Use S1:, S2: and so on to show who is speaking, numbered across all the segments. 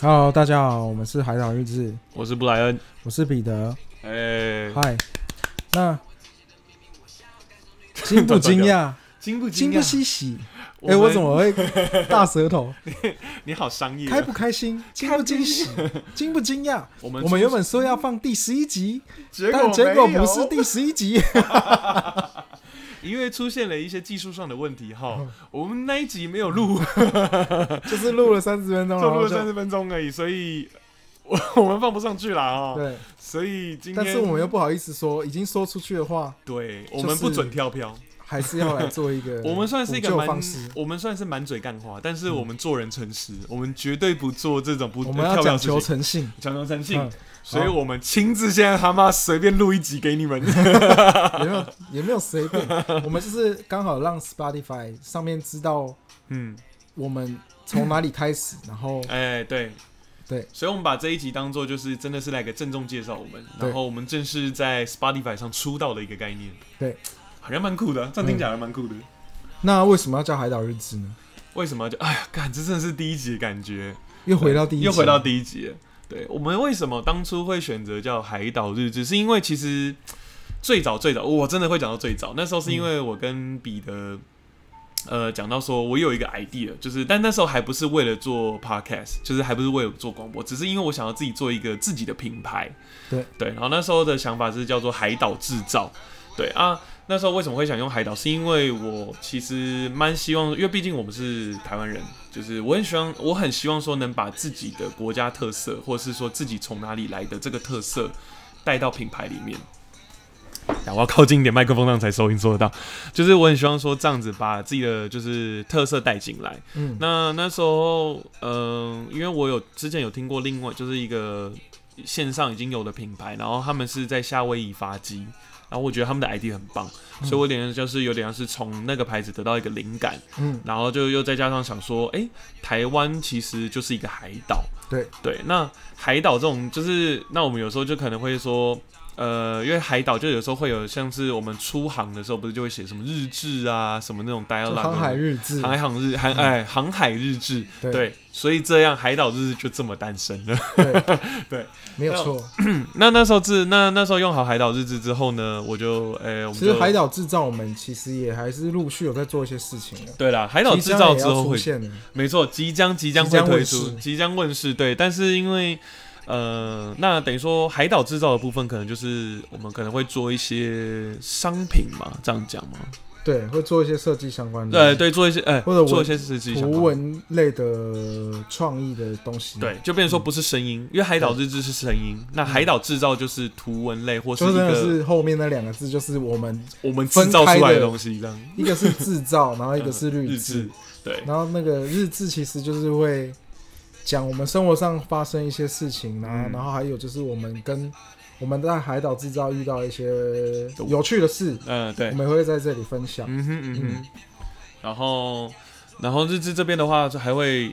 S1: Hello，大家好，我们是海岛日志，
S2: 我是布莱恩。
S1: 我是彼得。
S2: 哎、
S1: 嗨，那惊不惊讶？
S2: 惊啊不
S1: 惊不？欣喜？哎、
S2: 们
S1: 我怎 么会大舌头？
S2: 你好商业、
S1: 开
S2: 啊？
S1: 不开心？惊不惊喜？惊不惊讶？
S2: 我们
S1: 我们原本说要放第十一集，
S2: 结
S1: 但结
S2: 果
S1: 果
S2: 没
S1: 不
S2: 有
S1: 是，第十一集。
S2: 因为出现了一些技术上的问题
S1: 嗯
S2: 哈。我们那一集没有录，
S1: 就是录了三十分钟，
S2: 就
S1: 然
S2: 录
S1: 后
S2: 了
S1: 就
S2: 三十分钟而已，所以 我我们放不上去啦哦。
S1: 对，
S2: 所以今天，
S1: 但是我们又不好意思说，已经说出去的话，
S2: 对，
S1: 是
S2: 我们不准跳票。
S1: 还是要来做一个
S2: 我们算是一个
S1: 补救
S2: 蛮
S1: 方式，
S2: 我们算是满嘴干话，但是我们做人诚实，我们绝对不做这种不
S1: 嗯我们要
S2: 跳票
S1: 讲
S2: 的事
S1: 求
S2: 情
S1: 诚信。
S2: 强求诚信
S1: 嗯。
S2: 所以我们亲自现在他妈随便录一集 给你们。对
S1: 也没有也没有随便，我们就是刚好让 Spotify 上面知道
S2: 嗯，
S1: 我们从哪里开始，然后
S2: 哎、对
S1: 对，
S2: 所以我们把这一集当做就是真的是来个郑重介绍我们，
S1: 对
S2: 然后我们正式在 Spotify 上出道的一个概念。
S1: 对，嗯
S2: 好像蛮酷的，啊这样听起来还蛮酷的。
S1: 那为什么要叫海岛日志呢？
S2: 为什么就哎呀，干，这真的是第一集的感觉，
S1: 又回到第一集，
S2: 又回到第一集了。对我们为什么当初会选择叫《海岛日志》，是因为其实最早最早，我真的会讲到最早，那时候是因为我跟彼得。呃，讲到说，我有一个 idea，就是，但那时候还不是为了做 podcast，就是还不是为了做广播，只是因为我想要自己做一个自己的品牌。
S1: 对
S2: 对，然后那时候的想法是叫做海岛制造。对啊，那时候为什么会想用海岛，是因为我其实蛮希望，因为毕竟我们是台湾人，就是我很希望，我很希望说能把自己的国家特色，或是说自己从哪里来的这个特色，带到品牌里面。啊我要靠近一点麦克风，这样才收音收得到。就是我很希望说这样子把自己的就是特色带进来。
S1: 嗯，
S2: 那那时候，嗯、因为我有之前有听过另外就是一个线上已经有的品牌，然后他们是在夏威夷发机，然后我觉得他们
S1: 嗯
S2: 的 ID 很棒，所以我有点就是有点像是从那个牌子得到一个灵感，
S1: 嗯，
S2: 然后就又再加上想说，哎、台湾其实就是一个海岛，
S1: 对
S2: 对，那海岛这种就是，那我们有时候就可能会说。呃，因为海岛就有时候会有像是我们出航的时候，不是就会写什么日志啊，什么那种 dialogue，
S1: 就航海
S2: 那种
S1: 日志，
S2: 航海航日航哎航海日志，
S1: 嗯对
S2: 对，所以这样海岛日志就这么诞生了。
S1: 对
S2: 对，
S1: 没有错。
S2: 那那时候制那那时候用好海岛日志之后呢，我就哎、我们
S1: 其实
S2: 就
S1: 海岛制造，我们其实也还是陆续有在做一些事情的。
S2: 对啦，海岛制造之后
S1: 即将也要出
S2: 会
S1: 现了，
S2: 没错，即将即将
S1: 即
S2: 会
S1: 将
S2: 推
S1: 问
S2: 出
S1: 世，
S2: 即将问世。对，但是因为呃，那等于说海岛制造的部分，可能就是我们可能会做一些商品嘛，这样讲嘛。
S1: 对，会做一些设计相关的，
S2: 对，对，做一些哎、
S1: 嗯或者文
S2: 做一些实际相
S1: 图
S2: 关的。
S1: 文类的创意的东西，
S2: 对，，就变成说不是声音，因为海岛日志是声音，那海岛制造就是图文类或是
S1: 就
S2: 一
S1: 真的
S2: 个
S1: 是后面那两个字，就是我们
S2: 我们制造出来的东西，这样嗯
S1: 一个是制造，然后一个是
S2: 日
S1: 日志
S2: 志，，对
S1: 然后那个日志其实就是会讲我们生活上发生一些事情啊，
S2: 嗯
S1: 然后还有就是我们跟我们在海岛制造遇到一些有趣的事，
S2: 嗯、对
S1: 我，们也会在这里分享。
S2: 嗯哼嗯哼，然后然后日志这边的话，就还会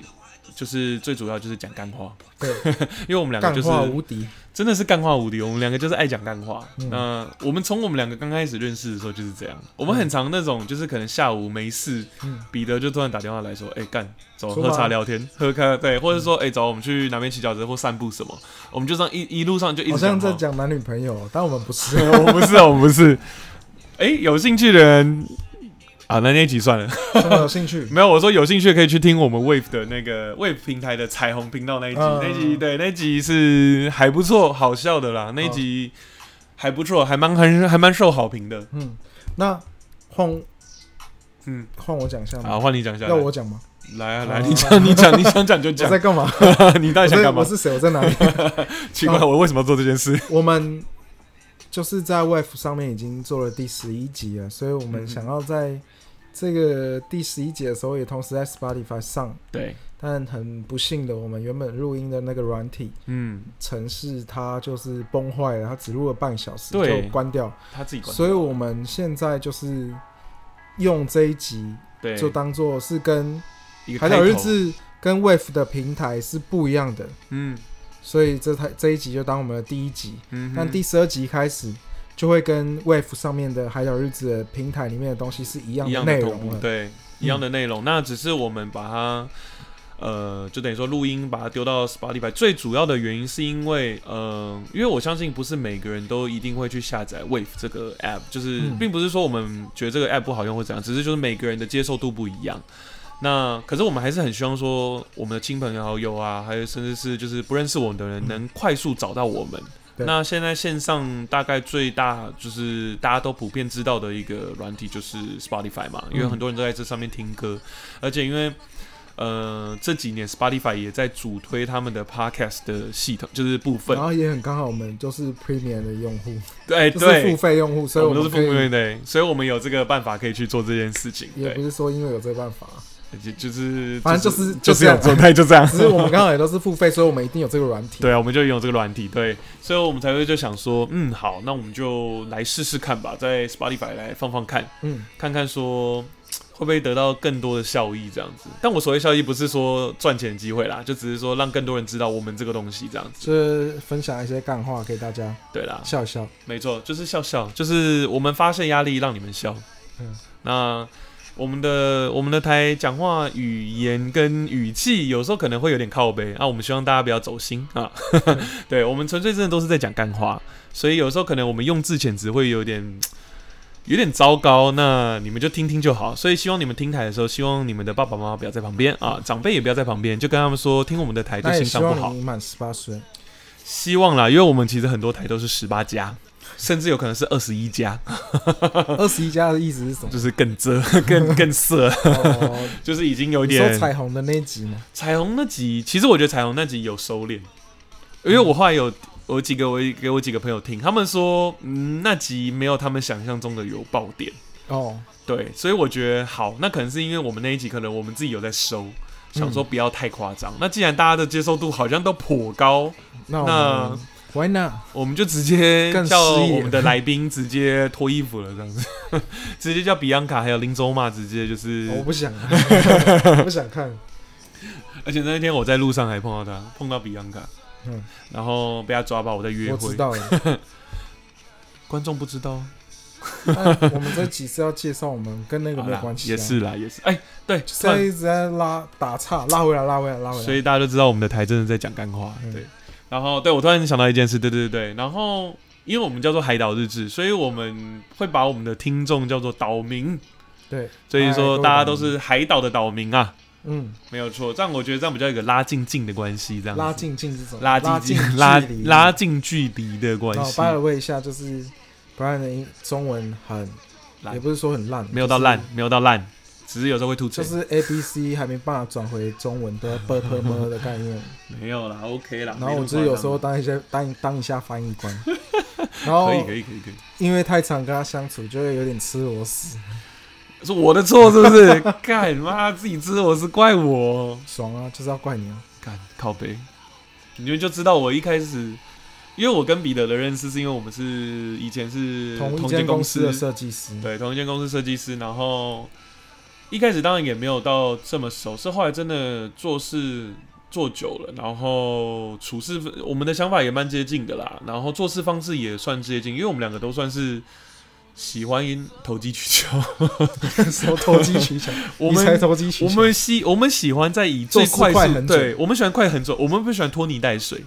S2: 就是最主要就是讲干话，
S1: 对，
S2: 因为我们两个
S1: 干
S2: 就
S1: 话
S2: 是
S1: 无敌，
S2: 真的是干话无敌，我们两个就是爱讲干话。
S1: 嗯
S2: 那我们从我们两个刚开始认识的时候就是这样，我们很常那种就是可能下午没事，
S1: 嗯，
S2: 彼得就突然打电话来说：“哎、干，走
S1: 出
S2: 喝
S1: 发
S2: 茶聊天，喝咖对，或者说哎、走我们去哪边骑脚车或散步什么。”我们就这样一一路上就一
S1: 好
S2: 直
S1: 像在
S2: 话
S1: 讲男女朋友，但我们不 是，
S2: 我不是，我不是。哎、有兴趣的人啊，那那一集算了。
S1: 真的有兴趣。
S2: 没有，我说有兴趣的可以去听我们 Wave 的那个 Wave 平台的彩虹频道那一集，
S1: 嗯
S2: 那一集对，那一集是还不错，好笑的啦，那一集还不错，还蛮很还蛮受好评的。
S1: 嗯，那换
S2: 嗯，
S1: 换我讲一下吗？
S2: 好，换你讲一下，
S1: 要我讲吗？
S2: 来啊
S1: 好
S2: 来，你讲 你讲你想讲就
S1: 我
S2: 讲，
S1: 在干嘛？
S2: 你到
S1: 我
S2: 底想
S1: 在
S2: 干嘛
S1: 我？是谁？我在哪里？
S2: 奇怪，我为什么要做这件事？
S1: 我们就是在 Wave 上面已经做了第十一集了，所以我
S2: 嗯
S1: 们
S2: 哼
S1: 想要在这个第十一集的时候，也同时在 Spotify 上。
S2: 对，
S1: 但很不幸的，我们原本录音的那个软体
S2: 嗯，
S1: 程式它就是崩坏了，它只录了半小时
S2: 对
S1: 就关掉，
S2: 他自己管，
S1: 所以我们现在就是用这一集
S2: 对，
S1: 就当做是跟
S2: 一个
S1: 海
S2: 开
S1: 岛日
S2: 头，
S1: 志跟 Wave 的平台是不一样的，
S2: 嗯
S1: 所以这台这一集就当我们的第一集。
S2: 嗯哼，
S1: 但第十二集开始就会跟 Wave 上面的海岛日志的平台里面的东西是一样
S2: 一
S1: 的
S2: 样
S1: 内
S2: 的同
S1: 容嗯
S2: 步，
S1: 了。
S2: 对，一样的内容。那只是我们把它呃，就等于说录音把它丢到 Spotify。最主要的原因是因为，呃，因为我相信不是每个人都一定会去下载 Wave 这个 app，就是
S1: 嗯
S2: 并不是说我们觉得这个 app 不好用或怎样，只是就是每个人的接受度不一样。那可是我们还是很希望说，我们的亲朋好友啊，还有甚至是就是不认识我们的人，能快速找到我们。
S1: 嗯对
S2: 那现在线上大概最大就是大家都普遍知道的一个软体就是 Spotify 嘛，因为
S1: 嗯
S2: 很多人都在这上面听歌，而且因为呃这几年 Spotify 也在主推他们的 Podcast 的系统，就是部分
S1: 然，后也很刚好，我们就是 Premium 的用户，
S2: 对
S1: 就啊
S2: 对
S1: 是，付费用户，所以
S2: 我们都是
S1: 可以
S2: 付费的，所以我们有这个办法可以去做这件事情，
S1: 也不
S2: 对，
S1: 是说因为有这办法，
S2: 就就是
S1: 反正
S2: 就是
S1: 就是这样
S2: 有状态就这样，
S1: 只是我们刚好也都是付费，所以我们一定有这个软体。
S2: 对啊，我们就用这个软体，对，所以我们才会就想说，嗯，好，那我们就来试试看吧，在 Spotify 来放放看，
S1: 嗯，
S2: 看看说会不会得到更多的效益这样子。但我所谓效益不是说赚钱的机会啦，就只是说让更多人知道我们这个东西这样子。
S1: 就是分享一些干话给大家
S2: 对啦，
S1: 笑笑。
S2: 没错，就是笑笑，就是我们发泄压力，让你们笑。
S1: 嗯
S2: 那我们的我们的台讲话语言跟语气有时候可能会有点靠背啊，我们希望大家不要走心啊。 对，我们纯粹真的都是在讲干话，所以有时候可能我们用字遣词会有点。有点糟糕，那你们就听听就好。所以希望你们听台的时候，希望你们的爸爸妈妈不要在旁边啊，长辈也不要在旁边，就跟他们说，听我们的台就
S1: 那也
S2: 心
S1: 希
S2: 脏不好
S1: 望。你满十八岁，
S2: 希望啦，因为我们其实很多台都是十八加，甚至有可能是二十一加，
S1: 二十一家的意思是什 么？
S2: 就是更遮、更更色，
S1: 哦，
S2: 就是已经有一
S1: 你说
S2: 点
S1: 彩虹的那一集吗？
S2: 彩虹那集。其实我觉得彩虹那集有收敛，因为我后来有我有几个我给我几个朋友听，他们说，嗯，那集没有他们想象中的有爆点。
S1: 哦，
S2: 对，所以我觉得好，那可能是因为我们那一集可能我们自己有在收，想说不要太夸张。那既然大家的接受度好像都颇高，
S1: 那
S2: 那
S1: 我们 Why not？
S2: 我们就直接
S1: 更
S2: 叫
S1: 失意
S2: 我们的来宾直接脱衣服了，这样子， 直接叫比昂卡还有林州嘛，直接就是，
S1: 哦我不 想，不想看。
S2: 而且那天我在路上还碰到他，碰到比昂卡，
S1: 嗯
S2: 然后被他抓包，我在约
S1: 我
S2: 会
S1: 知，道了。
S2: 观众不知道，
S1: 那 我们这集是要介绍我们跟那个
S2: 好
S1: 没有
S2: 啦
S1: 关系、啊，
S2: 也是啦，也是，哎、对，
S1: 就是
S2: 算
S1: 要一直在拉打岔，拉回来，拉回来，拉回来。
S2: 所以大家就知道我们的台真的在讲干话。
S1: 嗯
S2: 对，然后对我突然想到一件事，对对对，然后因为我们叫做海岛日志，所以我们会把我们的听众叫做岛民，
S1: 对，哎
S2: 所以说大家都
S1: 嗨
S2: 是海岛的岛民啊，
S1: 嗯，
S2: 没有错。这样我觉得这样比较有一个拉近近的关系，这样子
S1: 拉近近是什么？
S2: 拉
S1: 拉
S2: 近
S1: 近
S2: 近拉
S1: 距离 哦
S2: 拉。近距离的关
S1: 然后
S2: 系
S1: 拜，了问一下，就是 Brian 的英中文很
S2: 烂，
S1: 也不是说很烂，
S2: 没有到烂，，没有到烂，只是有时候会吐
S1: 就
S2: 槽。
S1: 是 A B C 还没办法转回中文 的 b p m 的概念。
S2: 没有啦，OK 啦。
S1: 然后我
S2: 只
S1: 就是有时候当一些当当一下翻译 官，然后
S2: 可以可以可以可以。
S1: 因为太常跟他相处，就会有点吃螺丝，
S2: 是我的错是不是？ 干妈自己知道我是怪我，
S1: 爽啊，就是要怪你啊。
S2: 干靠背，你们就知道我一开始，因为我跟彼得的认识是因为我们是以前是
S1: 同一
S2: 同
S1: 间
S2: 公
S1: 公司的设计师，
S2: 对，同一间公司设计师，然后一开始当然也没有到这么熟，是后来真的做事做久了，然后处事我们的想法也蛮接近的啦，然后做事方式也算接近，因为我们两个都算是喜欢投机 取巧，
S1: 什么投机取巧，
S2: 我
S1: 你才
S2: 们。
S1: 投机取
S2: 我
S1: 巧。
S2: 们喜我们喜欢在以最
S1: 做事
S2: 快
S1: 快
S2: 速，
S1: 很准
S2: 对我们喜欢快很准，我们不喜欢拖泥带水，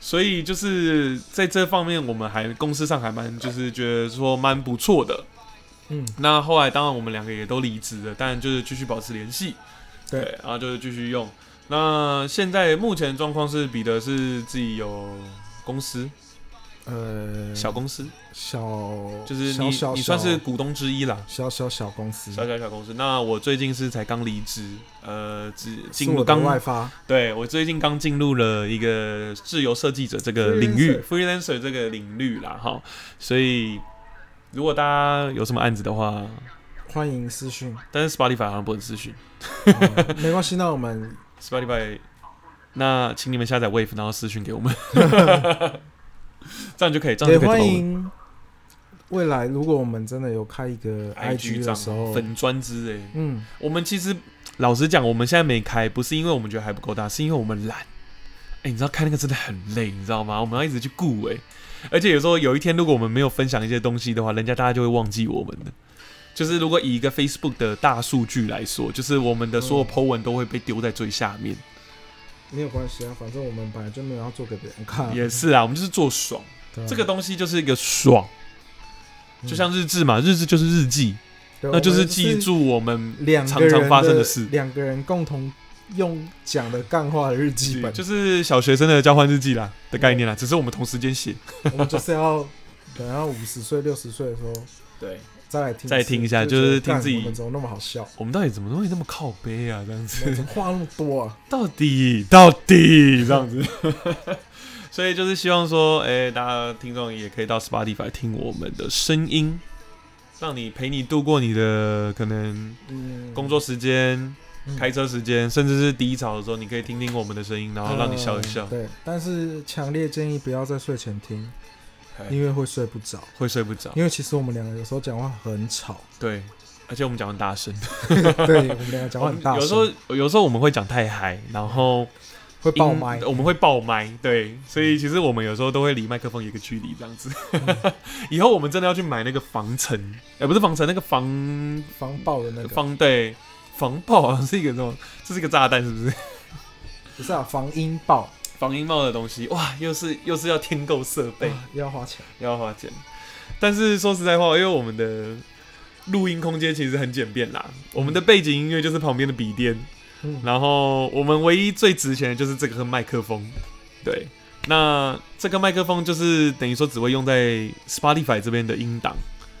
S2: 所以就是在这方面，我们还公司上还蛮就是觉得说蛮不错的。
S1: 嗯，
S2: 那后来当然我们两个也都离职了，但就是继续保持联系，
S1: 对
S2: 然后就是继续用。那现在目前状况是，彼得是自己有公司，
S1: 呃，
S2: 小公司，
S1: 小
S2: 就是
S1: 小
S2: 你
S1: 小嗯
S2: 你算是
S1: 小
S2: 股东之一啦，
S1: 小小小公司，
S2: 小小小公司。那我最近是才刚离职，呃，只
S1: 是
S2: 进入
S1: 我的
S2: 刚
S1: 外发，
S2: 对我最近刚进入了一个自由设计者这个领域，freelancer 这个领域啦，哈，所以如果大家有什么案子的话，
S1: 欢迎私 讯，
S2: 但是 Spotify 好像不能咨询
S1: 哦没关系，那我们
S2: Spotify，那请你们下载 Wave，然后私讯给我们，这样就可以，这样
S1: 也
S2: 就可以找到
S1: 欢
S2: 我们。
S1: 迎未来如果我们真的有开一个 IG 的
S2: 账
S1: 时
S2: 号
S1: 候，
S2: 粉专之类，
S1: 嗯，
S2: 我们其实老实讲，我们现在没开，不是因为我们觉得还不够大，是因为我们懒。哎、你知道开那个真的很累，你知道吗？我们要一直去顾哎、而且有时候有一天如果我们没有分享一些东西的话，人家大家就会忘记我们的。就是如果以一个 Facebook 的大数据来说，就是我们的所有 po 文都会被丢在最下面。
S1: 没有关系啊，反正我们本来就没有要做给别人看。
S2: 也是啊，我们就是做爽，
S1: 对啊
S2: 这个东西就是一个爽，
S1: 嗯
S2: 就像日志嘛，日志就是日记，
S1: 对
S2: 那就
S1: 我
S2: 是
S1: 们
S2: 记住我们
S1: 两个
S2: 常常
S1: 人
S2: 发生的事。
S1: 两个人共同用讲的干话的日记本，
S2: 就是小学生的交换日记啦的概念啦，只是我们同时间写。
S1: 我们就是要等到五十岁、六十岁的时候
S2: 对，
S1: 再来听，
S2: 再听一下
S1: 就觉
S2: 就
S1: 得
S2: 是听
S1: 干
S2: 自己
S1: 我们怎么那么好笑，
S2: 我们到底怎么东西那么靠背啊？
S1: 我
S2: 这样
S1: 们
S2: 子，
S1: 怎么话那么多啊？
S2: 到底到底这样子。所以就是希望说，哎、大家听众也可以到 Spotify 听我们的声音，让你陪你度过你的可能
S1: 嗯，
S2: 工作时间、
S1: 嗯
S2: 开车时间，甚至是低潮的时候，你可以听听我们的声音，然后让你笑一笑
S1: 嗯，对，但是强烈建议不要在睡前听，
S2: 哎
S1: 因为会睡不着。
S2: 会睡不着。
S1: 因为其实我们两个有时候讲话很吵，
S2: 对，而且我们讲很大声，
S1: 对我们两个讲话很大
S2: 有
S1: 声，
S2: 时候有时候我们会讲太嗨，然后
S1: 会爆
S2: 音呃
S1: 麦。
S2: 我们会爆麦，对，所以其实我们有时候都会离麦克风有一个距离这样子。 以后我们真的要去买那个防尘，哎、不是防尘，那个防
S1: 防爆的那个，
S2: 防对防爆好像是一个那种，这是一个炸弹是不是？
S1: 不是啊，防音爆，
S2: 防音帽的东西，哇，又是又是要添购设备，
S1: 啊要花钱。
S2: 要花钱。但是说实在话，因为我们的录音空间其实很简便啦，我们的背景音乐就是旁边的笔电，
S1: 嗯，
S2: 然后我们唯一最值钱的就是这个麦克风，对。那这个麦克风就是等于说只会用在 Spotify 这边的音档，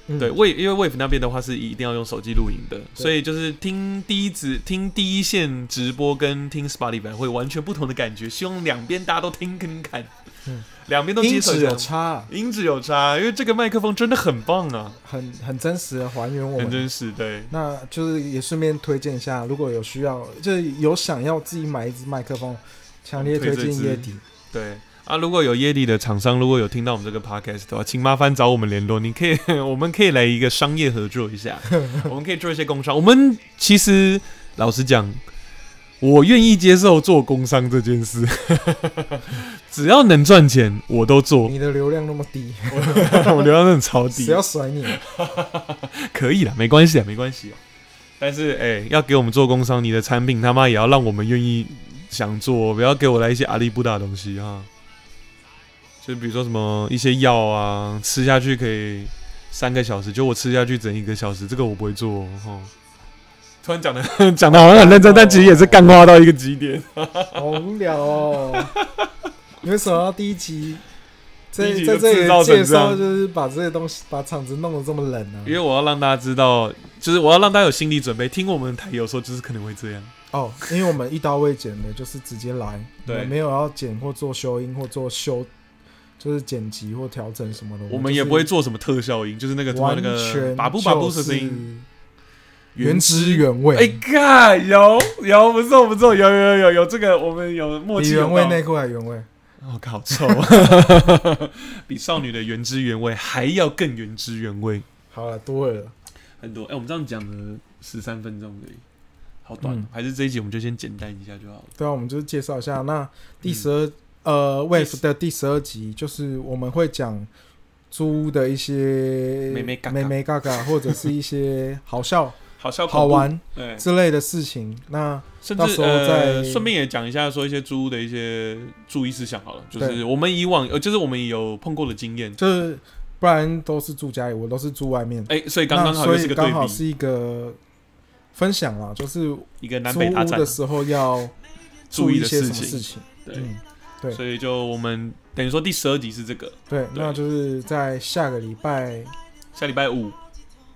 S1: 嗯
S2: 对，Wave 因为 Wave 那边的话是一定要用手机录影的，所以就是听第一直听第一线直播跟听 Spotify 会完全不同的感觉，希望两边大家都听跟看
S1: 嗯，
S2: 两边都
S1: 音
S2: 接受
S1: 质
S2: 一下
S1: 有差啊，
S2: 音质有差，因为这个麦克风真的很棒啊，
S1: 很很真实的还原我
S2: 很
S1: 们。
S2: 真实，对，
S1: 那就是也顺便推荐一下，如果有需要，就是有想要自己买一支麦克风，强烈推
S2: 推这
S1: 荐
S2: 支
S1: 夜迪。
S2: 对啊，如果有业力的厂商，如果有听到我们这个 podcast 的话，请麻烦找我们联络。你可以， 我们可以来一个商业合作一下，我们可以做一些工商。我们其实老实讲，我愿意接受做工商这件事， 只要能赚钱，我都做。
S1: 你的流量那么低，
S2: 我流量真的超 低
S1: 谁，要甩你啊？
S2: 可以啦，没关系啊，没关系啊。但是，哎、要给我们做工商，你的产品他妈也要让我们愿意想做，不要给我来一些阿里不达的东西哈。就比如说什么一些药啊，吃下去可以三个小时，就我吃下去整一个小时，这个我不会做哦。吼突然讲的 讲的好像很认真，但其实也是干话到一个极点。
S1: 好无聊哦。你为什么要第一集在
S2: 第一集
S1: 在
S2: 就
S1: 这
S2: 制造
S1: 里
S2: 成
S1: 介
S2: 这样
S1: 绍，就是把这些东西把场子弄得这么冷啊呢、
S2: 因为我要让大家知道，就是我要让大家有心理准备，听我们的台有时候就是可能会这样。
S1: 哦，因为我们一刀未剪的，就是直接来，
S2: 对
S1: 我们没有要剪或做修音或做修，就是剪辑或调整什么的，
S2: 我
S1: 们
S2: 们
S1: 就是
S2: 也不会做什么特效音，就是那个什么
S1: 完
S2: 那个
S1: 全
S2: 把布把布
S1: 就
S2: 的声音。
S1: 是原汁原味。
S2: 哎、干有有，不错不错，有有有有这个， 我们有默
S1: 比
S2: 契。
S1: 原味内，裤还原味，
S2: 我、靠，臭， 比少女的原汁原味还要更原汁原味
S1: 好了，多了啦，
S2: 很多。哎、我们这样讲了十三分钟而已，好短、
S1: 嗯
S2: 还是这一集我们就先简单一下就好了。
S1: 对啊，我们就是介绍一下。那第
S2: 嗯
S1: 十二、呃，Wave 的第十二集就是我们会讲租的一些
S2: 妹妹嘎嘎
S1: 妹妹嘎嘎，或者是一些好笑、
S2: 好哎笑恐怖
S1: 好，玩
S2: 对，
S1: 之类的事情。那
S2: 甚
S1: 到
S2: 至
S1: 时候再
S2: 呃，顺便也讲一下说一些租屋的一些注意事项好了，就是
S1: 对
S2: 我们以往呃，就是我们有碰过的经验，
S1: 就是不然都是住家里，我都是住外面，
S2: 哎、所以刚刚好
S1: 那
S2: 又
S1: 所
S2: 是
S1: 以
S2: 个对
S1: 刚好
S2: 比，
S1: 是一个分享啊，就是
S2: 一个南
S1: 租
S2: 北大
S1: 屋
S2: 战
S1: 的，时候要
S2: 注意
S1: 一
S2: 的
S1: 些什么
S2: 事情，
S1: 事情。
S2: 对。
S1: 嗯，对
S2: 所以就我们等于说第十二集是这个，
S1: 对，那就是在下个礼拜，
S2: 下礼拜五，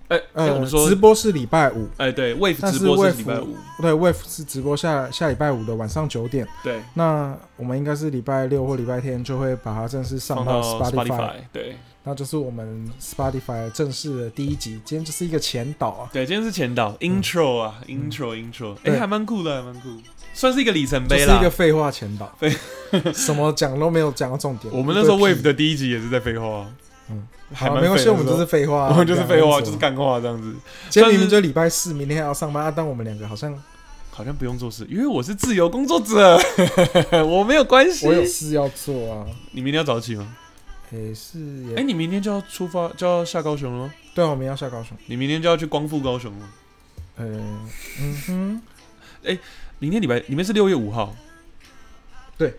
S2: 哎、哎、
S1: 呃，
S2: 我们说
S1: 直，播是礼拜五。
S2: 哎、对，Wave
S1: 但
S2: 直
S1: 是
S2: 播
S1: Wave-
S2: 是礼拜五，
S1: 对，Wave 是直播下下礼拜五的晚上九点，
S2: 对，
S1: 那我们应该是礼拜六或礼拜天就会把它正式上
S2: 放到
S1: Spotify，,
S2: 对
S1: 那就是我们 Spotify 正式的第一集。今天就是一个前导啊，
S2: 对，今天是前导 intro 啊、i n t r o intro，哎、
S1: 嗯对
S2: 还蛮酷的，还蛮酷，算是一个里程
S1: 就
S2: 碑
S1: 是一
S2: 啦
S1: 个。废话前导， 什么讲都没有讲到重点。
S2: 我们那时候
S1: 一堆
S2: Wave
S1: 屁
S2: 的第一集也是在废话，啊
S1: 嗯，
S2: 还
S1: 好
S2: 蛮
S1: 没关系，
S2: 废的
S1: 我们就是废话啊、
S2: 我们就是废话，
S1: 讲没
S2: 就是
S1: 什么
S2: 干话这样子，
S1: 今天
S2: 但是
S1: 明明就礼拜四，明天还要上班，啊、但我们两个好像
S2: 好像不用做事，因为我是自由工作者， 我没有关系
S1: 我。有事要做啊，
S2: 你明天要早起吗？
S1: 也是也、
S2: 哎哎、你明天就要出发，就要下高雄了吗？
S1: 对啊，我明天要下高雄。
S2: 你明天就要去光复高雄了。
S1: 呃，嗯哼，
S2: 明天礼拜你们是六月五号，
S1: 对，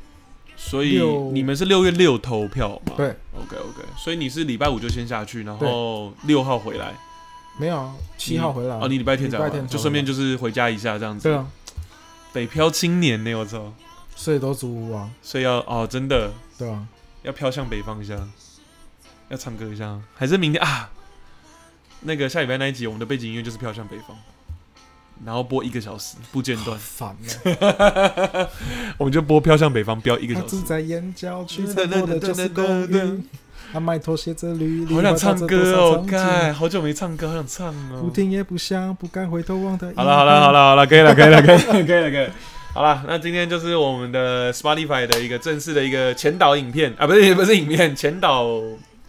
S2: 所以
S1: 六
S2: 你们是六月六投票嘛？
S1: 对
S2: ，OK OK，所以你是礼拜五就先下去，然后六号回来。
S1: 没有啊，七号回来
S2: 哦，你礼拜天才
S1: 礼拜天
S2: 完，
S1: 才
S2: 就顺便就是回家一下这样子。
S1: 对啊，
S2: 北漂青年呢，我操！
S1: 所以都租屋啊，
S2: 所以要哦，真的
S1: 对啊，，
S2: 要飘向北方一下，要唱歌一下，还是明天啊？那个下礼拜那一集，我们的背景音乐就是飘向北方，然后播一个小时不间断
S1: 烦了。
S2: 我们就播飘向北方，飙一 个
S1: 他
S2: 小时
S1: 住。在燕郊区，穿过的就是公寓。他埋头写着履历，
S2: 好想唱歌哦，
S1: 盖
S2: 盖，好久没唱歌，好想唱哦。
S1: 不听也不想，不该回头望的。
S2: 好了好了好，了好了，可以了可以了可以了 可以了可以了。好了，那今天就是我们的 Spotify 的一个正式的一个前导影片啊，不是不是影片，前导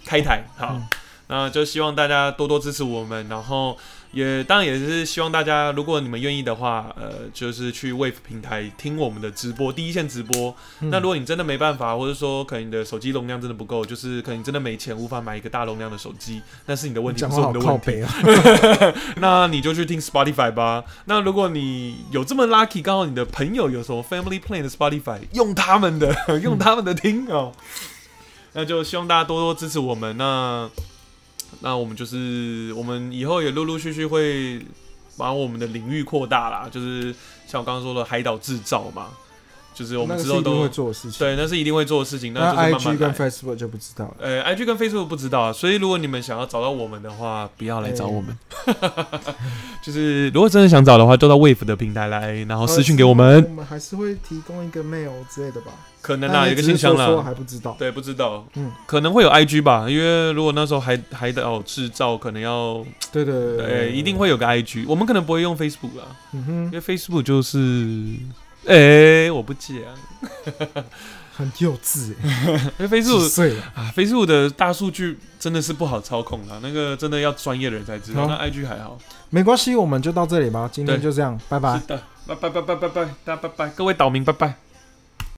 S2: 开台。好，
S1: 嗯
S2: 那就希望大家多多支持我们，然后也当然也是希望大家，如果你们愿意的话，呃，就是去 Wave 平台听我们的直播，第一线直播。那如
S1: 果
S2: 果你真的没办法，或者说可能你的手机容量真的不够，就是可能你真的没钱，无法买一个大容量的手机，那是你的问题，
S1: 讲
S2: 不
S1: 话
S2: 是我
S1: 好
S2: 们的
S1: 靠
S2: 问题。
S1: 北啊，
S2: 那你就去听 Spotify 吧。那如果你有这么 lucky，刚好你的朋友有什么 Family Plan 的 Spotify，用他们的， 用他们的听哦。那就希望大家多多支持我们。那那我们就是我们以后也陆陆续续会把我们的领域扩大啦，就是像我刚刚说的海岛制造嘛，就是我
S1: 那
S2: 们
S1: 个
S2: 之
S1: 是
S2: 后
S1: 一定会
S2: 都
S1: 做的事情。
S2: 对，那是一定会做的事情。那
S1: 那
S2: 就是慢慢
S1: IG 跟
S2: 来
S1: Facebook 就不知道了。
S2: 呃，IG 跟 Facebook 不知道啊，所以如果你们想要找到我们的话，不要来找我们。
S1: 嗯
S2: 就是如果真的想找的话，就到 Wave 的平台来，然后私讯给我
S1: 呃
S2: 们
S1: 我。们还是会提供一个 mail 之类的吧。
S2: 可能
S1: 那
S2: 啊，有个信箱
S1: 说
S2: 啦。
S1: 还不知道。
S2: 对，不知道，
S1: 嗯，
S2: 可能会有 IG 吧，因为如果那时候还还得哦制造，可能要
S1: 对对
S2: 呃一定。会有个 IG。我们可能不会用 Facebook 啦，
S1: 嗯
S2: 因
S1: 哼，
S2: 为 Facebook 就是，
S1: 嗯
S2: 哎、我不解啊，
S1: 很幼稚欸，
S2: 因为
S1: 几
S2: Facebook
S1: 岁了？
S2: 啊，Facebook 的大数据真的是不好操控啦，那个真的要专业的人才知
S1: 好
S2: 道。那 IG 还好。
S1: 没关系，我们就到这里吧。今天
S2: 对
S1: 就这样，拜拜。
S2: 是的，拜拜拜拜拜拜，大家拜拜，各位岛民拜拜。